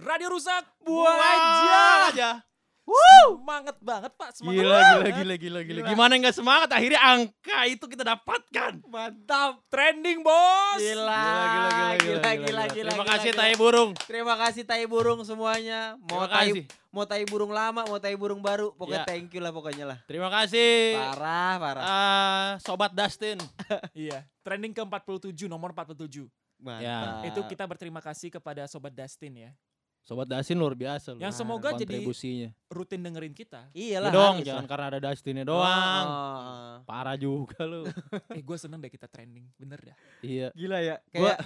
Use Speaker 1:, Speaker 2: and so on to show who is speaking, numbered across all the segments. Speaker 1: radio rusak
Speaker 2: Buang aja. aja.
Speaker 1: semangat banget pak semangat
Speaker 2: Gila, gila,
Speaker 1: banget.
Speaker 2: gila, gila, gila.
Speaker 1: Gila.
Speaker 2: Gimana nggak semangat? Akhirnya angka itu kita dapatkan.
Speaker 1: mantap trending bos
Speaker 3: Gila,
Speaker 2: Gila, gila, gila,
Speaker 3: gila,
Speaker 2: gila,
Speaker 3: gila,
Speaker 2: gila.
Speaker 3: gila,
Speaker 2: Terima
Speaker 3: gila,
Speaker 2: kasih
Speaker 3: gila.
Speaker 2: Tai Burung.
Speaker 3: Terima kasih tai burung semuanya. Mau
Speaker 2: Terima kasih.
Speaker 3: tai mau tai burung lama, mau tai burung baru,
Speaker 2: Ya.
Speaker 3: pokoknya thank you lah pokoknya lah.
Speaker 2: Terima kasih.
Speaker 3: Parah, parah.
Speaker 2: eh, sobat Dustin.
Speaker 1: iya trending ke 47 nomor 47
Speaker 3: Mantap.
Speaker 2: Ya.
Speaker 1: itu kita berterima kasih kepada sobat Dustin ya
Speaker 2: Sobat Dustin luar biasa loh.
Speaker 1: yang
Speaker 3: Wah,
Speaker 1: semoga jadi
Speaker 2: kontribusinya.
Speaker 1: rutin dengerin kita
Speaker 3: Iyalah
Speaker 2: Ya dong,
Speaker 3: harus
Speaker 2: jangan
Speaker 3: Iya lah.
Speaker 2: karena ada Dustinnya
Speaker 3: Oh,
Speaker 2: doang.
Speaker 3: oh, oh.
Speaker 2: Parah juga lu.
Speaker 1: eh gue seneng deh kita trending bener dah
Speaker 2: iya.
Speaker 3: Gila ya,
Speaker 2: Gua-
Speaker 3: kayak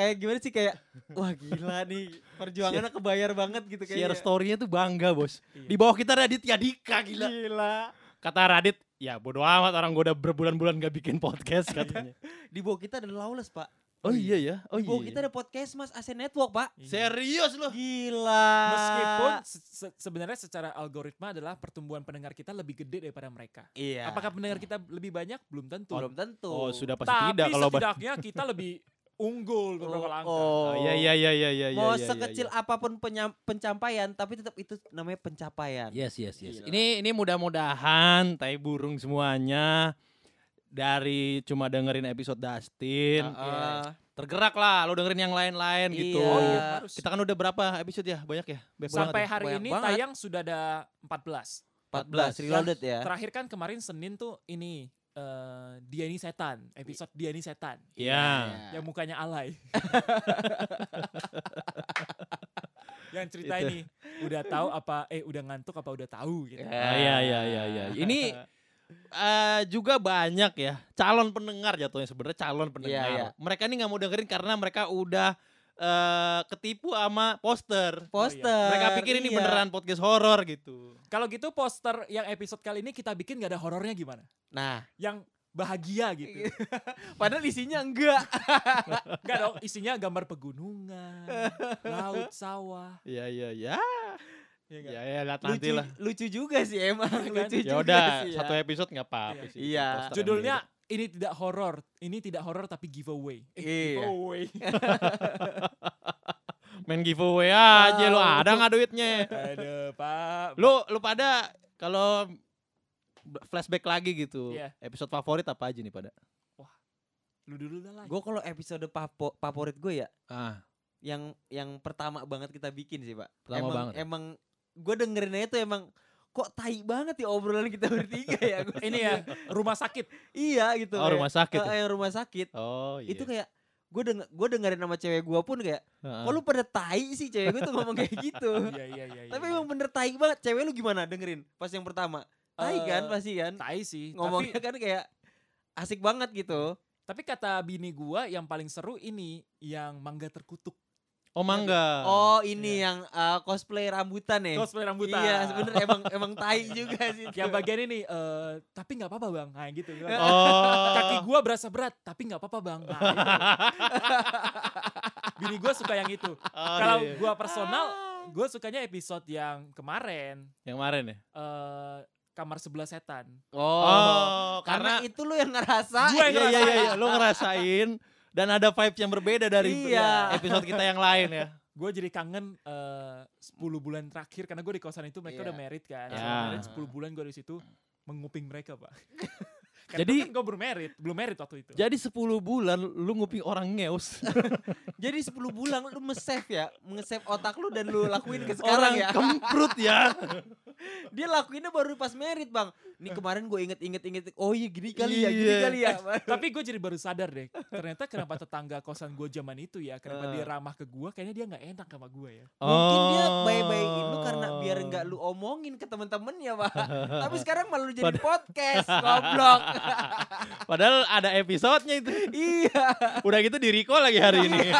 Speaker 3: kayak gimana sih kayak wah gila nih perjuangannya
Speaker 2: Iya.
Speaker 3: kebayar banget gitu
Speaker 2: Share
Speaker 3: kayaknya.
Speaker 2: story-nya tuh bangga, Bos.
Speaker 3: Iya.
Speaker 2: Di bawah kita Radit Yadika gila.
Speaker 3: Gila.
Speaker 2: Kata Radit, ya bodo amat orang gue udah berbulan-bulan gak bikin podcast katanya.
Speaker 3: Di bawah kita ada Lawless, Pak.
Speaker 2: oh iya ya, oh
Speaker 3: Di
Speaker 2: iya.
Speaker 3: bawah
Speaker 2: iya.
Speaker 3: kita ada podcast Mas AC Network, Pak.
Speaker 2: Serius lu?
Speaker 3: Gila.
Speaker 2: Ah.
Speaker 1: meskipun se- se- sebenarnya secara algoritma adalah pertumbuhan pendengar kita lebih gede daripada mereka
Speaker 2: Ya.
Speaker 3: iya.
Speaker 1: apakah pendengar kita lebih banyak belum tentu
Speaker 3: belum tentu.
Speaker 2: Oh sudah pasti
Speaker 1: tapi
Speaker 2: tidak kalau bah-
Speaker 1: setidaknya kita lebih unggul beberapa langkah
Speaker 2: Oh iya iya iya iya iya.
Speaker 3: Mau
Speaker 2: iya, iya,
Speaker 3: sekecil
Speaker 2: iya.
Speaker 3: apapun penyam- pencapaian, tapi tetap itu namanya pencapaian.
Speaker 2: Yes yes yes.
Speaker 3: Gila.
Speaker 2: Ini ini mudah-mudahan tai burung semuanya dari cuma dengerin episode Dustin
Speaker 3: Heeh.
Speaker 2: tergerak lah lo dengerin yang lain-lain gitu.
Speaker 3: Ah. Iya.
Speaker 1: Oh iya, harus.
Speaker 2: Kita kan udah berapa episode ya? Banyak ya? Banyak
Speaker 1: Sampai
Speaker 2: banget
Speaker 1: hari
Speaker 3: Banyak
Speaker 1: ini
Speaker 3: banget.
Speaker 1: tayang sudah ada 14.
Speaker 3: 14 reloaded ya.
Speaker 1: Terakhir kan kemarin Senin tuh ini eh Dia ini setan, episode Dia ini setan
Speaker 2: ya? Iya.
Speaker 1: yang mukanya alay. yang cerita
Speaker 2: Itu.
Speaker 1: ini udah tahu apa eh udah ngantuk apa udah tahu gitu.
Speaker 3: Ya.
Speaker 2: Ah, iya iya iya iya. Ini eh, juga banyak ya calon pendengar jatuhnya sebenarnya calon pendengar.
Speaker 3: Iya, iya.
Speaker 2: Mereka ini nggak mau dengerin karena mereka udah eh, ketipu sama poster.
Speaker 3: Poster.
Speaker 2: Mereka pikir ini
Speaker 3: iya.
Speaker 2: beneran podcast horor gitu.
Speaker 1: Kalau gitu poster yang episode kali ini kita bikin gak ada horornya gimana?
Speaker 3: Nah,
Speaker 1: Yang bahagia gitu.
Speaker 2: Iya.
Speaker 3: padahal isinya enggak.
Speaker 1: Enggak dong, isinya gambar pegunungan, laut, sawah.
Speaker 2: Iya iya iya.
Speaker 1: ya nggak?
Speaker 2: Ya ya lihat nanti
Speaker 3: lucu,
Speaker 2: lah.
Speaker 3: lucu juga sih emang.
Speaker 1: Iya kan?
Speaker 3: Lucu
Speaker 2: Ya
Speaker 3: juga
Speaker 2: udah
Speaker 3: sih ya.
Speaker 2: satu episode nggak apa-apa
Speaker 1: Iya.
Speaker 2: sih.
Speaker 3: Iya.
Speaker 2: poster emang
Speaker 1: Judulnya
Speaker 2: gitu.
Speaker 1: ini tidak horor, ini tidak horor tapi giveaway.
Speaker 3: Iya.
Speaker 1: Giveaway.
Speaker 2: main giveaway aja lo
Speaker 3: Oh,
Speaker 2: ada
Speaker 3: itu-
Speaker 2: nggak duitnya?
Speaker 1: Aduh, Pak.
Speaker 2: Lo lo pada kalau flashback lagi gitu.
Speaker 1: Iya.
Speaker 2: Episode favorit apa aja nih pada?
Speaker 1: lu dulu dah lah.
Speaker 3: Gue kalau episode papo- favorit gue ya
Speaker 2: Ah,
Speaker 3: yang yang pertama banget kita bikin sih, Pak.
Speaker 2: pertama
Speaker 3: emang,
Speaker 2: banget. ya?
Speaker 3: Emang gue dengerin aja tuh emang kok tai banget ya obrolan kita bertiga ya. Gua
Speaker 1: Ini ya rumah sakit.
Speaker 3: iya gitu.
Speaker 2: Oh,
Speaker 3: kayak,
Speaker 2: rumah sakit.
Speaker 3: eh, yang rumah sakit.
Speaker 2: Oh, iya.
Speaker 3: Itu kayak gue denger, gue dengerin sama cewek gue pun kayak,
Speaker 2: Heeh.
Speaker 1: Ah.
Speaker 3: kok lu pada tai sih cewek gue tuh ngomong kayak gitu.
Speaker 1: Iya iya iya.
Speaker 3: Tapi emang bener tai banget. Cewek lu gimana dengerin pas yang pertama? Tai kan pasti kan.
Speaker 1: Eh, tai sih.
Speaker 3: Ngomongnya
Speaker 1: Tapi,
Speaker 3: kan kayak asik banget gitu.
Speaker 1: tapi kata bini gua yang paling seru ini yang mangga terkutuk.
Speaker 2: Oh,
Speaker 1: Ah,
Speaker 2: mangga.
Speaker 3: oh ini yang uh, cosplay rambutan ya.
Speaker 1: Cosplay iya. rambutan.
Speaker 3: Iya sebenernya emang emang tai juga sih. itu.
Speaker 1: Yang bagian ini eh, tapi nggak apa-apa, Bang. Nah, gitu. Bilang,
Speaker 2: Oh.
Speaker 1: Kaki gua berasa berat, tapi nggak apa-apa, Bang. Nah, gitu. Bini gua suka yang itu.
Speaker 2: Oh,
Speaker 1: Kalau
Speaker 2: iya.
Speaker 1: gua personal, gua sukanya episode yang kemarin
Speaker 2: yang kemarin ya?
Speaker 1: eh kamar sebelah setan.
Speaker 3: Oh, karena, itu lu yang ngerasa.
Speaker 1: Gua yang
Speaker 2: iya iya iya, lo ngerasain dan ada vibes yang berbeda dari
Speaker 3: Iya.
Speaker 2: episode kita yang lain ya.
Speaker 1: gue jadi kangen eh 10 bulan terakhir karena gue di kosan itu mereka
Speaker 3: Iya.
Speaker 1: udah married kan.
Speaker 2: Ya.
Speaker 1: Selama married 10 bulan gue di situ menguping mereka, Pak.
Speaker 2: Jadi-
Speaker 1: gue belum married, belum married waktu itu.
Speaker 2: Jadi 10 bulan lu nguping orang ngeus.
Speaker 3: Jadi 10 bulan lu nge-save ya, nge-save otak lu dan lu lakuin ke
Speaker 2: orang
Speaker 3: sekarang ya.
Speaker 2: kemprut ya.
Speaker 3: Dia lakuinnya baru pas merit, Bang. Nih kemarin gue inget-inget inget. Oh iya gini kali ya, gini
Speaker 2: Iya.
Speaker 3: kali ya.
Speaker 1: Tapi gue jadi baru sadar deh, ternyata kenapa tetangga kosan gue zaman itu ya, kenapa dia
Speaker 3: Eh.
Speaker 1: ramah ke gue, kayaknya dia nggak enak sama gue ya.
Speaker 3: Mungkin dia
Speaker 2: Oh.
Speaker 3: baik-baikin lu karena biar nggak lu omongin ke temen-temen ya, Pak. Tapi sekarang malah lu jadi podcast, goblok.
Speaker 2: Padahal ada episodenya itu.
Speaker 3: iya.
Speaker 2: Udah gitu di recall lagi hari ini.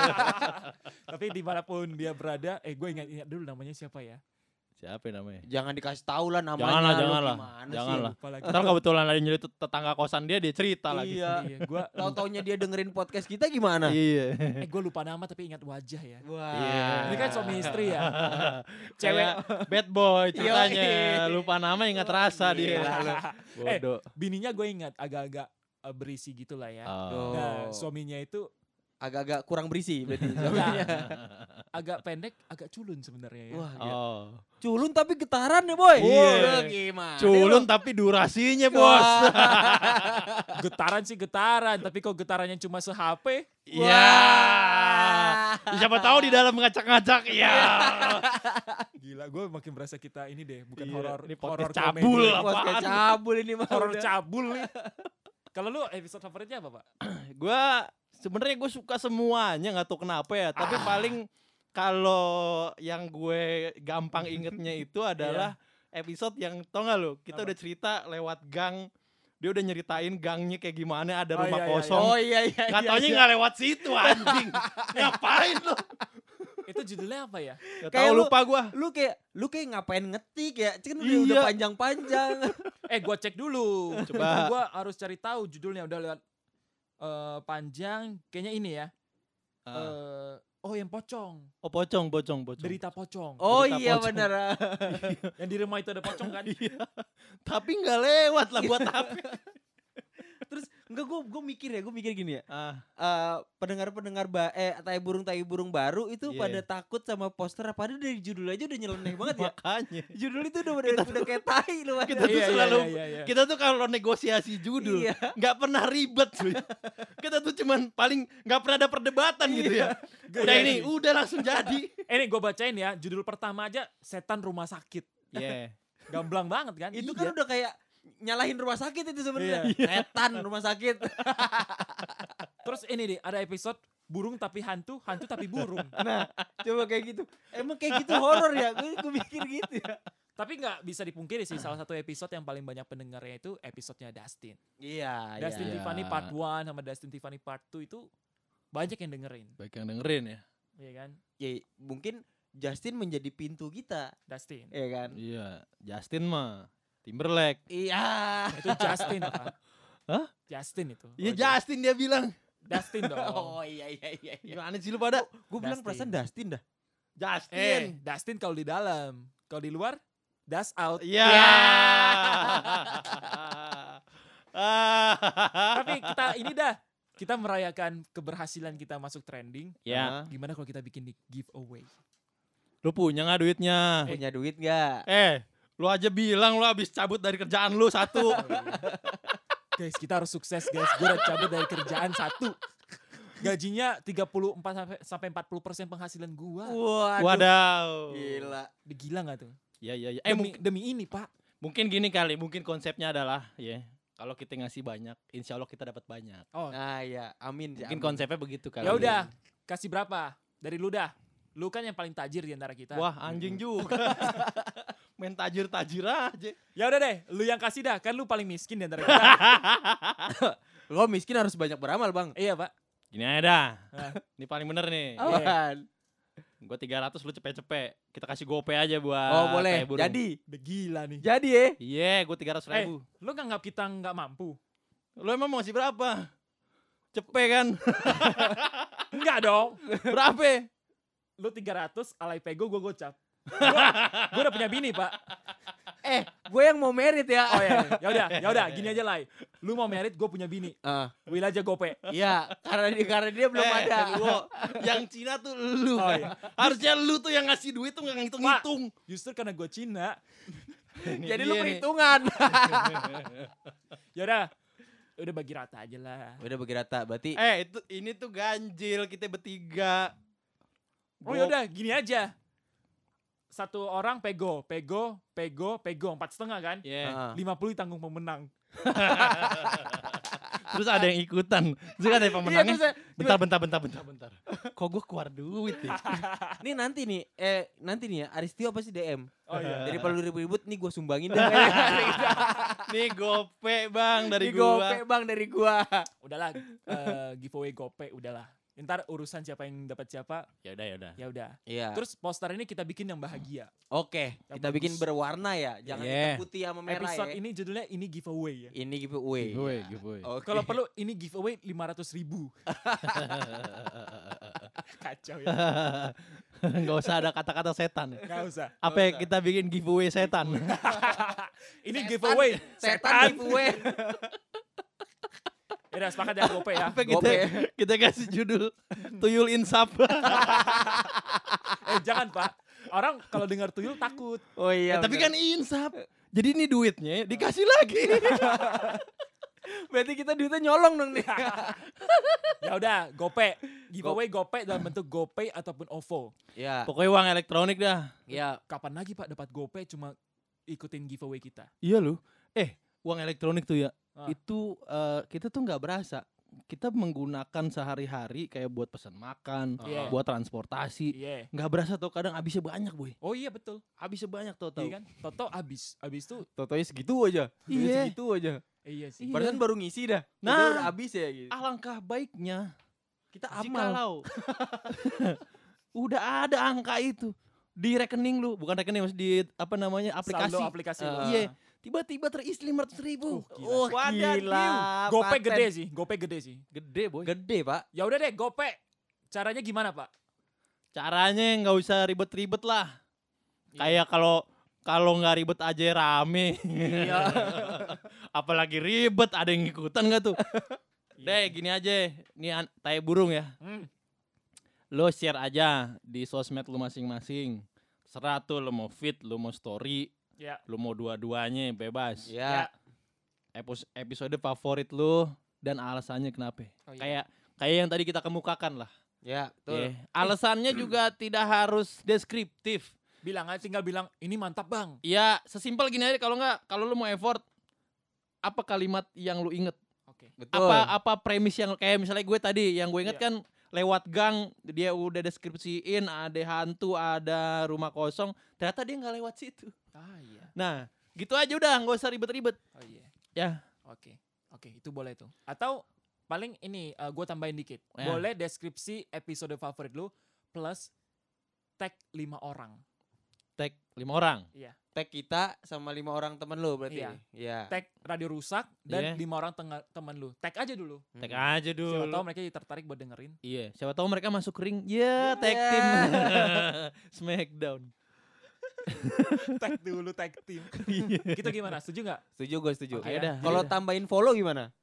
Speaker 1: Tapi dimanapun dia berada, eh gue ingat-ingat dulu namanya siapa ya.
Speaker 2: Siapa namanya?
Speaker 3: Jangan dikasih tahu lah namanya.
Speaker 2: Janganlah,
Speaker 3: lu
Speaker 2: janganlah.
Speaker 3: gimana sih?
Speaker 2: Janganlah.
Speaker 1: Lupa lagi.
Speaker 2: Ntar kebetulan ada yang jadi tetangga kosan dia dia cerita lagi.
Speaker 3: Iya. Nah,
Speaker 1: Iya, gue
Speaker 3: Tahu-taunya dia dengerin podcast kita gimana?
Speaker 2: Iya.
Speaker 1: eh, gue lupa nama tapi ingat wajah ya.
Speaker 3: Wah.
Speaker 2: Iya.
Speaker 1: Ini kan suami istri ya.
Speaker 2: Cewek
Speaker 1: Cewek
Speaker 2: bad boy
Speaker 3: Yoi.
Speaker 2: ceritanya. Lupa nama ingat rasa
Speaker 1: Iya.
Speaker 2: dia.
Speaker 3: Gila
Speaker 1: Eh.
Speaker 3: lu.
Speaker 2: Bodoh.
Speaker 1: bininya gue ingat agak-agak eh, berisi gitu lah ya.
Speaker 2: Oh.
Speaker 1: Nah, suaminya itu
Speaker 3: agak-agak kurang berisi berarti jawabannya.
Speaker 1: Agak pendek, agak culun sebenarnya ya.
Speaker 3: Wah, gila.
Speaker 2: Oh.
Speaker 3: culun tapi getaran ya boy.
Speaker 2: Iya.
Speaker 3: Wah, gimana?
Speaker 2: Culun
Speaker 3: lu?
Speaker 2: tapi durasinya bos.
Speaker 3: Wah.
Speaker 1: Getaran sih getaran, tapi kok getarannya cuma se-HP?
Speaker 2: Iya. Siapa tahu di dalam ngacak-ngacak ya.
Speaker 1: Iya. Gila, gue makin berasa kita ini deh, bukan
Speaker 2: Iya,
Speaker 1: horor
Speaker 2: ini
Speaker 1: horor
Speaker 2: podcast cabul
Speaker 1: komedi.
Speaker 2: lah.
Speaker 3: Wah, kayak
Speaker 2: Apaan?
Speaker 3: cabul ini mah.
Speaker 1: Horor
Speaker 3: udah.
Speaker 1: cabul nih. Iya. Kalau lu episode favoritnya apa, Pak?
Speaker 2: Gua sebenarnya gue suka semuanya nggak tahu kenapa ya. Tapi
Speaker 3: Ah.
Speaker 2: paling kalau yang gue gampang ingetnya itu
Speaker 3: Iya.
Speaker 2: adalah episode yang tau gak lo
Speaker 1: Apa?
Speaker 2: kita udah cerita lewat gang dia udah nyeritain gangnya kayak gimana ada
Speaker 1: Oh, iya,
Speaker 2: rumah
Speaker 1: iya, iya.
Speaker 2: kosong
Speaker 3: Oh iya iya.
Speaker 2: Gak
Speaker 3: iya,
Speaker 2: taunya
Speaker 3: iya.
Speaker 2: gak lewat situ anjing Ngapain lo?
Speaker 1: Itu judulnya apa ya?
Speaker 2: Gak tau
Speaker 3: Kayak lu-
Speaker 2: lupa gua
Speaker 3: Lu kayak lu kayak ngapain ngetik ya? Kan udah,
Speaker 2: Iya.
Speaker 3: udah panjang-panjang.
Speaker 1: Eh, gue cek dulu.
Speaker 2: Coba.
Speaker 1: Gue harus cari tahu judulnya udah lewat eh, panjang. Kayaknya ini ya. Eh, oh, yang pocong.
Speaker 2: Ah. Oh pocong, pocong, pocong
Speaker 1: Derita pocong.
Speaker 3: oh
Speaker 2: Berita
Speaker 3: iya
Speaker 2: pocong.
Speaker 3: benar.
Speaker 1: Yang di rumah itu ada pocong kan?
Speaker 2: Iya. Tapi gak lewat lah buat apa
Speaker 3: Terus enggak gue gue mikir Iya. ya, gue mikir gini ya.
Speaker 2: ah,
Speaker 3: eh, pendengar-pendengar ba eh tai burung tai burung baru itu
Speaker 2: Iya.
Speaker 3: pada takut sama poster apa ada dari judul aja udah nyeleneh banget ya.
Speaker 2: Makanya
Speaker 3: Judul itu udah udah, udah kayak tai lu.
Speaker 2: kita
Speaker 3: padahal.
Speaker 2: tuh
Speaker 1: Iya, iya,
Speaker 2: selalu
Speaker 1: iya, iya, iya.
Speaker 2: Kita tuh kalau negosiasi judul
Speaker 3: Iya.
Speaker 2: nggak pernah ribet cuy. Kita tuh cuman paling nggak pernah ada perdebatan gitu ya Udah
Speaker 1: Iya
Speaker 2: ini,
Speaker 1: sih.
Speaker 2: udah langsung jadi
Speaker 1: Eh, ini gue bacain ya. Judul pertama aja, Setan Rumah Sakit.
Speaker 2: Iya
Speaker 1: Gamblang banget kan?
Speaker 3: Itu kan udah kayak nyalahin rumah sakit itu sebenarnya.
Speaker 1: Iya.
Speaker 3: Setan rumah sakit.
Speaker 1: Terus ini nih, ada episode burung tapi hantu, hantu tapi burung.
Speaker 3: Nah, coba kayak gitu. Emang kayak gitu horor ya? Gue gue mikir gitu ya.
Speaker 1: tapi nggak bisa dipungkiri sih, salah satu episode yang paling banyak pendengarnya itu episodenya Dustin.
Speaker 3: Iya,
Speaker 1: Dustin
Speaker 2: iya.
Speaker 1: Tiffany part 1 sama Dustin Tiffany part 2 itu banyak yang dengerin,
Speaker 2: Baik yang dengerin ya
Speaker 1: ya kan?
Speaker 3: Ya, mungkin Justin menjadi pintu kita,
Speaker 1: Dustin.
Speaker 3: ya kan?
Speaker 2: Iya Justin mah Timberlake
Speaker 3: Iya.
Speaker 1: itu Justin, Pak.
Speaker 2: Hah?
Speaker 1: Justin itu.
Speaker 2: Iya
Speaker 1: Oh,
Speaker 2: Justin dia bilang
Speaker 1: Dustin dong.
Speaker 3: Oh iya iya iya. iya.
Speaker 2: Gimana sih lu pada?
Speaker 3: Gue bilang
Speaker 1: Dustin.
Speaker 3: perasaan Dustin dah.
Speaker 1: Eh,
Speaker 2: Justin.
Speaker 1: Dustin kalau di dalam, kalau di luar Dust out.
Speaker 2: Iya.
Speaker 1: Tapi kita ini dah, kita merayakan keberhasilan kita masuk trending.
Speaker 2: Ya,
Speaker 1: Gimana kalau kita bikin di giveaway?
Speaker 2: lu punya nggak duitnya?
Speaker 3: Punya duit nggak?
Speaker 2: Eh, lu aja bilang lu habis cabut dari kerjaan lu satu.
Speaker 1: Guys, kita harus sukses guys. Gue udah cabut dari kerjaan satu. Gajinya 34 sampai- sampai 40% penghasilan gua.
Speaker 3: Waduh.
Speaker 2: Wadaw.
Speaker 3: Gila.
Speaker 1: Gila gak tuh?
Speaker 2: Iya, iya, iya. Eh,
Speaker 1: Demi,
Speaker 2: mung-
Speaker 1: demi ini, Pak.
Speaker 2: mungkin gini kali, mungkin konsepnya adalah ya. Kalau kita ngasih banyak, insya Allah kita dapat banyak.
Speaker 1: Oh.
Speaker 3: Nah ya, amin. sih,
Speaker 2: Mungkin
Speaker 3: amin.
Speaker 2: konsepnya begitu kali.
Speaker 1: Ya udah, kasih berapa? Dari lu dah. Lu kan yang paling tajir di antara kita.
Speaker 2: Wah, anjing
Speaker 3: Iya.
Speaker 2: juga. Main tajir-tajir aja.
Speaker 1: Ya udah deh, lu yang kasih dah. Kan lu paling miskin di antara kita.
Speaker 3: Lo miskin harus banyak beramal bang.
Speaker 1: iya,
Speaker 3: Iya.
Speaker 1: Pak.
Speaker 2: Gini aja dah.
Speaker 1: Hah?
Speaker 2: Nah, Ini paling bener nih.
Speaker 1: Oh.
Speaker 3: Apaan?
Speaker 2: Gue 300 lu cepet-cepet. Kita kasih gope aja buat
Speaker 3: Oh boleh.
Speaker 2: tai burung.
Speaker 3: Jadi,
Speaker 1: Udah gila nih.
Speaker 3: jadi ya.
Speaker 2: Iya, gue 300
Speaker 1: Eh,
Speaker 2: ribu.
Speaker 1: lu nganggap kita nggak mampu?
Speaker 3: Eh.
Speaker 2: Lu emang mau ngasih berapa? Cepe kan?
Speaker 1: Enggak dong.
Speaker 3: eh?
Speaker 2: berapa?
Speaker 1: Lu 300, alay pego, gua gocap. Gua, gua udah punya bini, Pak.
Speaker 3: Eh, gue yang mau merit ya.
Speaker 1: Oh ya, ya udah, ya udah, gini aja lah. Lu mau merit, gue punya bini.
Speaker 3: Ah,
Speaker 1: Will aja gope.
Speaker 3: Iya, karena dia karena dia belum
Speaker 2: Eh,
Speaker 3: ada.
Speaker 2: Wo, yang Cina tuh lu.
Speaker 1: Oh, iya.
Speaker 2: Harusnya lu tuh yang ngasih duit tuh gak ngitung-ngitung. Iya
Speaker 1: Justru karena gue Cina,
Speaker 3: Jadi lu perhitungan.
Speaker 1: ya udah, udah bagi rata aja lah.
Speaker 3: Udah bagi rata, berarti
Speaker 2: Eh, itu ini tuh ganjil kita bertiga.
Speaker 1: Oh ya udah, gini aja. Satu orang pego, pego, pego, pego empat setengah kan?
Speaker 2: Iya.
Speaker 3: Ah.
Speaker 1: Lima puluh tanggung pemenang.
Speaker 2: Terus ada yang ikutan. Terus ada yang
Speaker 3: Iya,
Speaker 2: pemenangnya.
Speaker 3: terus saya-
Speaker 2: Bentar, bentar, bentar, bentar, bentar. Kok gue keluar duit ya?
Speaker 3: Ini nanti nih, eh nanti nih ya, Aristio pasti DM.
Speaker 1: Oh iya.
Speaker 3: Daripada lu ribut-ribut, nih gue sumbangin deh. Dari
Speaker 2: Nih gope bang dari
Speaker 3: gope
Speaker 2: gua.
Speaker 3: bang dari gua.
Speaker 1: Udahlah, eh, giveaway gope udahlah. Ntar urusan siapa yang dapat siapa,
Speaker 2: Ya udah ya udah.
Speaker 1: ya udah.
Speaker 3: Iya.
Speaker 1: Terus
Speaker 3: Terus
Speaker 1: poster ini kita bikin yang bahagia.
Speaker 3: oke,
Speaker 1: Yang
Speaker 3: kita
Speaker 1: bagus.
Speaker 3: bikin berwarna ya, jangan
Speaker 2: Iya.
Speaker 3: hitam putih sama merah
Speaker 1: Episode
Speaker 3: ya.
Speaker 1: ini judulnya ini giveaway ya.
Speaker 3: Ini giveaway.
Speaker 2: Giveaway, giveaway.
Speaker 3: Oke.
Speaker 1: Kalau perlu ini giveaway 500 ribu. Kacau ya.
Speaker 2: Gak usah ada kata-kata setan. ya.
Speaker 1: Gak usah.
Speaker 2: Apa yang kita bikin giveaway setan?
Speaker 1: ini
Speaker 3: Setan-
Speaker 1: giveaway.
Speaker 3: setan giveaway.
Speaker 1: Ya udah sepakat ya gope ya.
Speaker 2: Apa kita
Speaker 3: Gope.
Speaker 2: kita kasih judul tuyul insaf.
Speaker 1: Eh jangan pak. Orang kalau dengar tuyul takut.
Speaker 3: Oh iya.
Speaker 2: Ya, tapi
Speaker 3: benar.
Speaker 2: kan insaf. Jadi ini duitnya dikasih lagi.
Speaker 3: berarti kita duitnya nyolong dong nih.
Speaker 1: Ya udah gope. Giveaway gope dalam bentuk gopay ataupun ovo.
Speaker 3: ya.
Speaker 2: Pokoknya uang elektronik dah.
Speaker 3: Ya.
Speaker 1: Kapan lagi pak dapat gope cuma ikutin giveaway kita.
Speaker 2: Iya loh. Eh, uang elektronik tuh ya.
Speaker 1: Ah.
Speaker 2: Itu eh, kita tuh nggak berasa. Kita menggunakan sehari-hari kayak buat pesan makan,
Speaker 1: Iya.
Speaker 2: buat transportasi.
Speaker 1: Iya.
Speaker 2: Nggak berasa tuh kadang habisnya banyak, boy.
Speaker 1: Oh iya betul.
Speaker 2: Habisnya banyak tuh tau.
Speaker 1: Iya kan? Toto abis. Abis tuh
Speaker 3: Totonya segitu aja. Duitnya
Speaker 2: Iya.
Speaker 3: Segitu aja.
Speaker 1: eh, iya sih.
Speaker 2: Iya.
Speaker 3: Barusan baru ngisi dah. Nah.
Speaker 2: Nah.
Speaker 3: udah habis ya gitu.
Speaker 2: Alangkah baiknya
Speaker 3: Kita
Speaker 1: Ah,
Speaker 3: amal.
Speaker 2: jikalau udah ada angka itu di rekening lu, bukan rekening maksud di apa namanya aplikasi.
Speaker 1: Saldo aplikasi. lu.
Speaker 2: Iya. Tiba-tiba terisi 500 ribu.
Speaker 1: Oh,
Speaker 3: Wadah, gila.
Speaker 1: Gope
Speaker 3: paten.
Speaker 1: gede sih, gope gede sih.
Speaker 2: Gede boy.
Speaker 3: Gede, Pak.
Speaker 1: Ya udah deh, gope. Caranya gimana pak?
Speaker 2: Caranya nggak usah ribet-ribet lah.
Speaker 1: Iya.
Speaker 2: Kayak kalau kalau nggak ribet aja rame.
Speaker 3: Iya.
Speaker 2: Apalagi ribet ada yang ngikutan nggak tuh? Deh gini aja, ini an- tai burung ya.
Speaker 1: Iya. Hmm.
Speaker 2: Lo share aja di sosmed lo masing-masing. Serah tuh lo mau fit, lo mau story,
Speaker 1: Ya.
Speaker 2: lo mau dua-duanya bebas.
Speaker 1: Ya.
Speaker 3: Ya.
Speaker 2: Epos- Episode favorit lo dan alasannya kenapa?
Speaker 1: Oh, iya.
Speaker 2: Kayak kayak yang tadi kita kemukakan lah.
Speaker 3: Ya,
Speaker 2: Ya.
Speaker 3: betul.
Speaker 2: Alasannya juga tidak harus deskriptif.
Speaker 1: Bilang aja, tinggal bilang ini mantap bang.
Speaker 2: Ya, sesimpel gini aja kalau nggak kalau lu mau effort apa kalimat yang lu inget?
Speaker 1: Oke.
Speaker 3: Betul.
Speaker 2: Apa apa premis yang kayak misalnya gue tadi yang gue inget
Speaker 1: Iya.
Speaker 2: kan lewat gang dia udah deskripsiin ada hantu, ada rumah kosong, ternyata dia nggak lewat situ.
Speaker 1: Ah iya.
Speaker 2: Nah, gitu aja udah nggak usah ribet-ribet.
Speaker 1: Oh iya.
Speaker 2: Ya.
Speaker 1: Oke. Oke, itu boleh tuh. Atau paling ini eh, gua gue tambahin dikit.
Speaker 2: Ya.
Speaker 1: Boleh deskripsi episode favorit lu plus tag lima orang.
Speaker 2: Tag lima orang.
Speaker 3: Tag kita sama lima orang temen lu berarti.
Speaker 1: Iya.
Speaker 3: Iya.
Speaker 1: Tag radio rusak dan
Speaker 2: Iya.
Speaker 1: lima orang tenga- teman lu. Tag aja dulu.
Speaker 2: Tag
Speaker 3: Hmm.
Speaker 2: kan? aja dulu.
Speaker 1: Siapa tahu mereka tertarik buat dengerin.
Speaker 2: Iya, siapa tahu mereka masuk ring. Ya, tag
Speaker 3: Ya.
Speaker 2: team. Smackdown.
Speaker 1: tag dulu tag tim.
Speaker 3: Iya.
Speaker 1: Kita gimana? Setuju nggak?
Speaker 3: Setuju gue setuju.
Speaker 1: Oke,
Speaker 2: Ayo dah.
Speaker 3: Kalau tambahin follow gimana?
Speaker 1: Ayo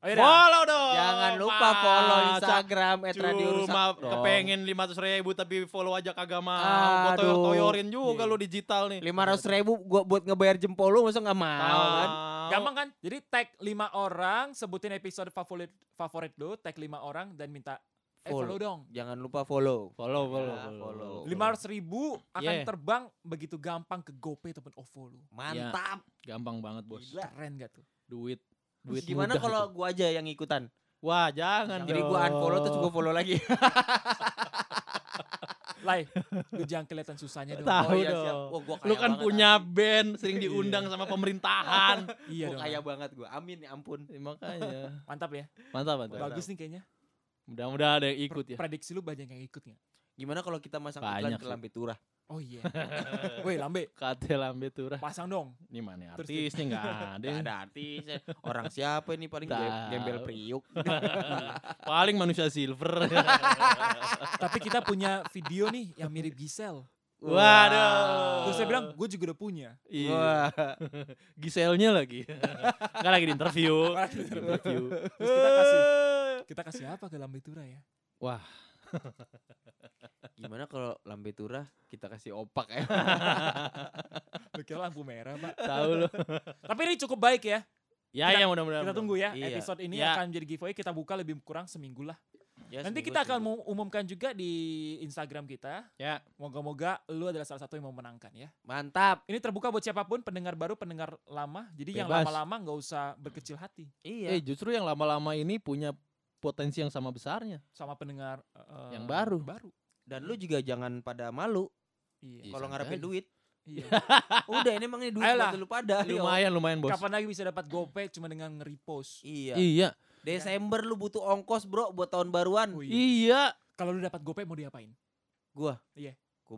Speaker 1: Oh, iya dah.
Speaker 2: Follow dong.
Speaker 3: Jangan lupa follow
Speaker 2: Masa
Speaker 3: Instagram @radiorusak.
Speaker 2: Cuma
Speaker 3: dong.
Speaker 2: kepengen 500 ribu tapi follow aja kagak mau. Gua
Speaker 3: Aduh.
Speaker 2: toyor-toyorin juga
Speaker 1: Iya.
Speaker 2: lo digital nih.
Speaker 3: lima ratus ribu gue buat ngebayar jempol lu masa nggak mau kan?
Speaker 1: Gampang kan? Jadi tag lima orang, sebutin episode favorit favorit lu, tag lima orang dan minta eh, follow
Speaker 3: Follow.
Speaker 1: dong.
Speaker 3: Jangan lupa follow.
Speaker 2: Follow, follow,
Speaker 3: Ya,
Speaker 2: follow.
Speaker 3: follow.
Speaker 1: Lima ratus ribu akan
Speaker 2: Yeah.
Speaker 1: terbang begitu gampang ke GoPay ataupun OVO lu.
Speaker 3: Mantap.
Speaker 2: Gampang banget bos.
Speaker 3: Gila.
Speaker 1: Keren gak tuh?
Speaker 2: Duit, duit.
Speaker 3: Gimana
Speaker 2: mudah
Speaker 3: kalau
Speaker 2: itu.
Speaker 3: gue aja yang ikutan?
Speaker 2: Wah jangan.
Speaker 3: Jadi gue unfollow terus gue follow lagi.
Speaker 1: Lai, lu jangan kelihatan susahnya dong.
Speaker 2: Tahu.
Speaker 3: oh iya
Speaker 2: dong.
Speaker 3: siap. Wah, gua kaya
Speaker 2: Lu kan
Speaker 3: banget, Iya.
Speaker 2: punya
Speaker 3: asli.
Speaker 2: band, sering diundang sama pemerintahan.
Speaker 1: Iya
Speaker 3: Gua
Speaker 1: dong.
Speaker 3: kaya banget gue. Amin ya ampun.
Speaker 2: Makanya.
Speaker 1: Mantap ya.
Speaker 2: Mantap, mantap.
Speaker 1: Bagus nih kayaknya.
Speaker 2: Mudah-mudahan ada yang
Speaker 1: Pre-
Speaker 2: ikut ya.
Speaker 1: Prediksi lu banyak yang ikut gak?
Speaker 3: Gimana kalau kita masang
Speaker 2: Banyak
Speaker 3: iklan ke
Speaker 2: sih.
Speaker 3: Lambe Turah?
Speaker 1: Oh iya. Woi Lambe,
Speaker 2: Kate lambe turah.
Speaker 1: pasang dong.
Speaker 2: Ini mana
Speaker 1: Terus
Speaker 2: artis nih nggak ada.
Speaker 3: Nggak ada artisnya. Orang siapa ini paling
Speaker 2: Tahu.
Speaker 3: gem- gembel priuk.
Speaker 2: Paling manusia silver.
Speaker 1: Tapi kita punya video nih yang mirip Gisel.
Speaker 2: Waduh.
Speaker 1: Terus saya bilang, gue juga udah punya.
Speaker 2: Iya.
Speaker 3: Wah.
Speaker 2: Giselnya lagi. Enggak lagi di interview.
Speaker 1: Lagi di
Speaker 2: interview.
Speaker 1: Terus kita kasih, kita kasih apa ke Lambe Tura ya?
Speaker 2: Wah,
Speaker 3: Gimana kalau Lambe Turah kita kasih opak ya?
Speaker 1: Lu kira lampu merah pak.
Speaker 2: tahu lu.
Speaker 1: Tapi ini cukup baik ya.
Speaker 2: Ya,
Speaker 1: Kita-
Speaker 2: ya mudah-mudahan.
Speaker 1: Kita tunggu ya
Speaker 3: Iya.
Speaker 1: episode ini
Speaker 2: Ya.
Speaker 1: akan menjadi giveaway. Kita buka lebih kurang seminggu lah.
Speaker 3: Ya,
Speaker 1: Nanti
Speaker 3: seminggu,
Speaker 1: kita akan
Speaker 3: seminggu.
Speaker 1: mau umumkan juga di Instagram kita.
Speaker 2: Ya.
Speaker 1: Moga-moga lu adalah salah satu yang memenangkan ya.
Speaker 3: Mantap.
Speaker 1: Ini terbuka buat siapapun, pendengar baru, pendengar lama. Jadi yang
Speaker 2: Bebas.
Speaker 1: lama-lama nggak usah berkecil hati
Speaker 3: Iya.
Speaker 2: Eh, justru yang lama-lama ini punya potensi yang sama besarnya.
Speaker 1: sama pendengar eh,
Speaker 2: Yang baru.
Speaker 1: Baru.
Speaker 3: Dan lu juga jangan pada malu
Speaker 1: Iya.
Speaker 2: Iya.
Speaker 3: kalau
Speaker 2: santai
Speaker 3: ngarepin
Speaker 2: aja.
Speaker 3: duit.
Speaker 1: iya.
Speaker 3: Udah ini emang ini duit
Speaker 1: Ayolah.
Speaker 3: buat lu pada. Ayo.
Speaker 2: Lumayan, lumayan, Bos.
Speaker 1: ya Kapan lagi bisa dapat GoPay cuma dengan nge-repost?
Speaker 3: Iya.
Speaker 2: Iya.
Speaker 3: Desember lu butuh ongkos, Bro, buat tahun baruan.
Speaker 1: Oh, iya.
Speaker 2: Iya.
Speaker 1: Kalau lu dapat GoPay mau diapain?
Speaker 3: Gue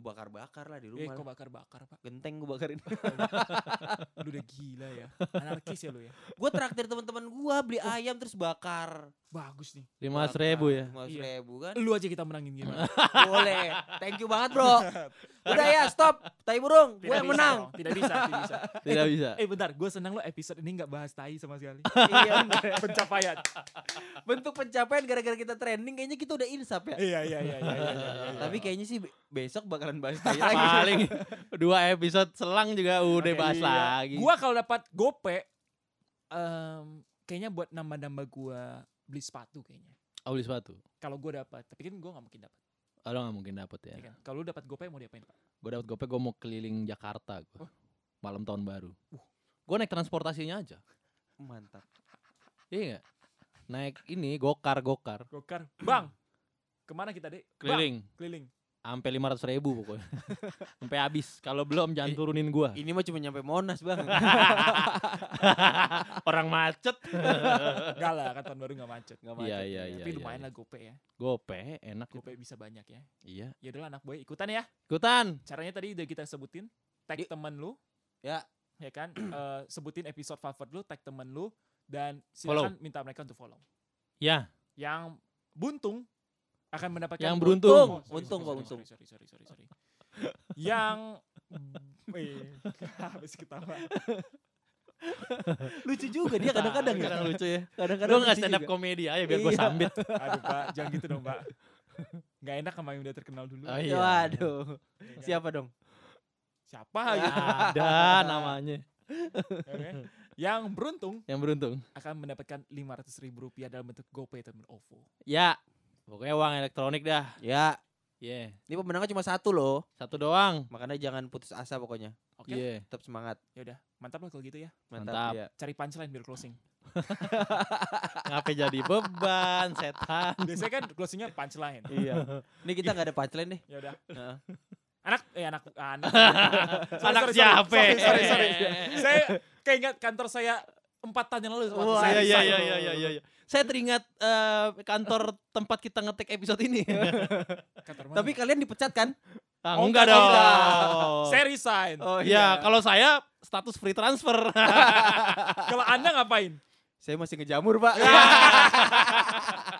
Speaker 3: bakar-bakar lah di
Speaker 1: Eh,
Speaker 3: rumah.
Speaker 1: kok
Speaker 3: lah.
Speaker 1: bakar-bakar, Pak.
Speaker 3: Genteng gue bakarin.
Speaker 1: Lu udah gila ya. Anarkis ya lu ya. Oh.
Speaker 3: gue traktir teman-teman gue beli ayam terus bakar.
Speaker 1: bagus nih.
Speaker 2: lima ribu ya
Speaker 3: Lima
Speaker 1: Iya.
Speaker 3: ribu kan.
Speaker 1: Lu aja kita menangin gimana?
Speaker 3: Boleh. Thank you banget bro. Udah ya stop. Tai burung. Gue
Speaker 1: Tidak
Speaker 3: yang
Speaker 1: bisa
Speaker 3: menang.
Speaker 1: dong, Tidak bisa, tidak bisa.
Speaker 2: tidak bisa
Speaker 1: Eh bentar, gue senang lo episode ini nggak bahas tai sama sekali.
Speaker 3: Iya, bener.
Speaker 1: Pencapaian.
Speaker 3: Bentuk pencapaian gara-gara kita trending kayaknya kita udah insap ya.
Speaker 1: Iya, iya, iya, iya, iya, iya, iya.
Speaker 3: Tapi kayaknya sih be- besok bakalan bahas tai lagi.
Speaker 2: paling dua episode selang juga udah
Speaker 1: Oke,
Speaker 2: bahas
Speaker 1: iya.
Speaker 2: lagi
Speaker 1: Gua kalau dapat gope em, kayaknya buat nambah-nambah gua beli sepatu kayaknya.
Speaker 2: Oh, beli sepatu
Speaker 1: Kalau gua dapat, tapi kan gua nggak mungkin dapat.
Speaker 2: Oh, lo nggak mungkin dapet ya
Speaker 1: ya kan? Kalau lu dapat gope mau diapain, Pak?
Speaker 2: gue dapet gope gue mau keliling Jakarta gue
Speaker 1: Wah.
Speaker 2: malam tahun baru
Speaker 1: Uh.
Speaker 2: gue naik transportasinya aja
Speaker 3: Mantap.
Speaker 2: iya gak? naik ini gokar gokar
Speaker 1: Gokar. Bang. Kemana kita, Dek? Bang,
Speaker 2: keliling
Speaker 1: keliling.
Speaker 2: sampai lima ratus ribu pokoknya sampai habis kalau belum jangan turunin gua
Speaker 3: Ini mah cuma nyampe Monas, Bang.
Speaker 2: orang macet
Speaker 1: Enggak lah, kan tahun baru nggak macet. Nggak
Speaker 2: Iya,
Speaker 1: macet.
Speaker 2: iya,
Speaker 1: ya.
Speaker 2: iya,
Speaker 1: Tapi
Speaker 2: iya,
Speaker 1: lumayan
Speaker 2: iya.
Speaker 1: lah gope ya.
Speaker 2: gope enak
Speaker 1: Gope bisa banyak ya.
Speaker 2: iya
Speaker 1: Ya udahlah anak boy, ikutan ya.
Speaker 2: ikutan
Speaker 1: Caranya tadi udah kita sebutin. Tag
Speaker 2: Iya.
Speaker 3: Di-
Speaker 1: temen lu.
Speaker 3: Ya.
Speaker 1: Ya kan? Eh, sebutin episode favorit lu, tag temen lu. Dan
Speaker 2: Follow.
Speaker 1: silakan minta mereka untuk follow.
Speaker 2: ya
Speaker 1: yang buntung akan mendapatkan
Speaker 2: Yang
Speaker 1: bo-
Speaker 2: beruntung.
Speaker 1: Oh, sorry, sorry,
Speaker 3: Untung, Pak, untung.
Speaker 1: sorry, sorry, sorry, sorry, sorry. yang eh, habis ketawa
Speaker 3: Lucu juga dia kadang-kadang ya.
Speaker 2: kadang lucu ya
Speaker 3: Kadang-kadang
Speaker 2: lu nggak
Speaker 3: lucu
Speaker 2: stand up
Speaker 3: juga.
Speaker 2: komedi aja biar gua
Speaker 3: Iya.
Speaker 2: sambit
Speaker 1: aduh pak jangan gitu dong pak nggak enak sama yang udah terkenal dulu
Speaker 2: Oh, iya.
Speaker 3: Waduh.
Speaker 1: Ya kan?
Speaker 3: Siapa dong?
Speaker 1: siapa gitu
Speaker 2: ada namanya
Speaker 1: Oke. yang beruntung
Speaker 2: yang beruntung
Speaker 1: akan mendapatkan 500.000 ribu rupiah dalam bentuk GoPay temen OVO
Speaker 2: ya pokoknya uang elektronik dah
Speaker 3: Ya,
Speaker 2: Iya
Speaker 3: ini pemenangnya cuma satu loh.
Speaker 2: satu doang
Speaker 3: Makanya jangan putus asa pokoknya.
Speaker 1: oke
Speaker 2: Iya
Speaker 3: Tetap semangat.
Speaker 1: yaudah mantap lah kalau gitu ya
Speaker 2: Mantap.
Speaker 3: Iya.
Speaker 1: cari punchline biar closing
Speaker 2: ngapain jadi beban setan
Speaker 1: biasanya kan closingnya punchline
Speaker 3: Iya. Ini kita nggak ada punchline nih.
Speaker 1: ya udah
Speaker 3: Heeh.
Speaker 1: anak eh anak anak
Speaker 2: anak
Speaker 1: Sorry, sorry,
Speaker 2: siapa Eh, Iya,
Speaker 1: sorry, sorry, sorry, saya keinget kantor saya empat tahun yang lalu waktu
Speaker 2: Wah,
Speaker 1: saya
Speaker 2: iya, iya,
Speaker 1: resign.
Speaker 2: iya, iya, iya, iya. Saya teringat eh, kantor tempat kita ngetek episode ini.
Speaker 1: Kantor mana?
Speaker 3: Tapi kalian dipecat kan?
Speaker 2: Ah,
Speaker 1: Oh,
Speaker 2: enggak
Speaker 1: enggak,
Speaker 2: dong.
Speaker 1: saya resign
Speaker 3: Oh
Speaker 2: ya, kalau saya status free transfer.
Speaker 1: kalau anda ngapain
Speaker 3: Iya. Saya masih ngejamur, Pak.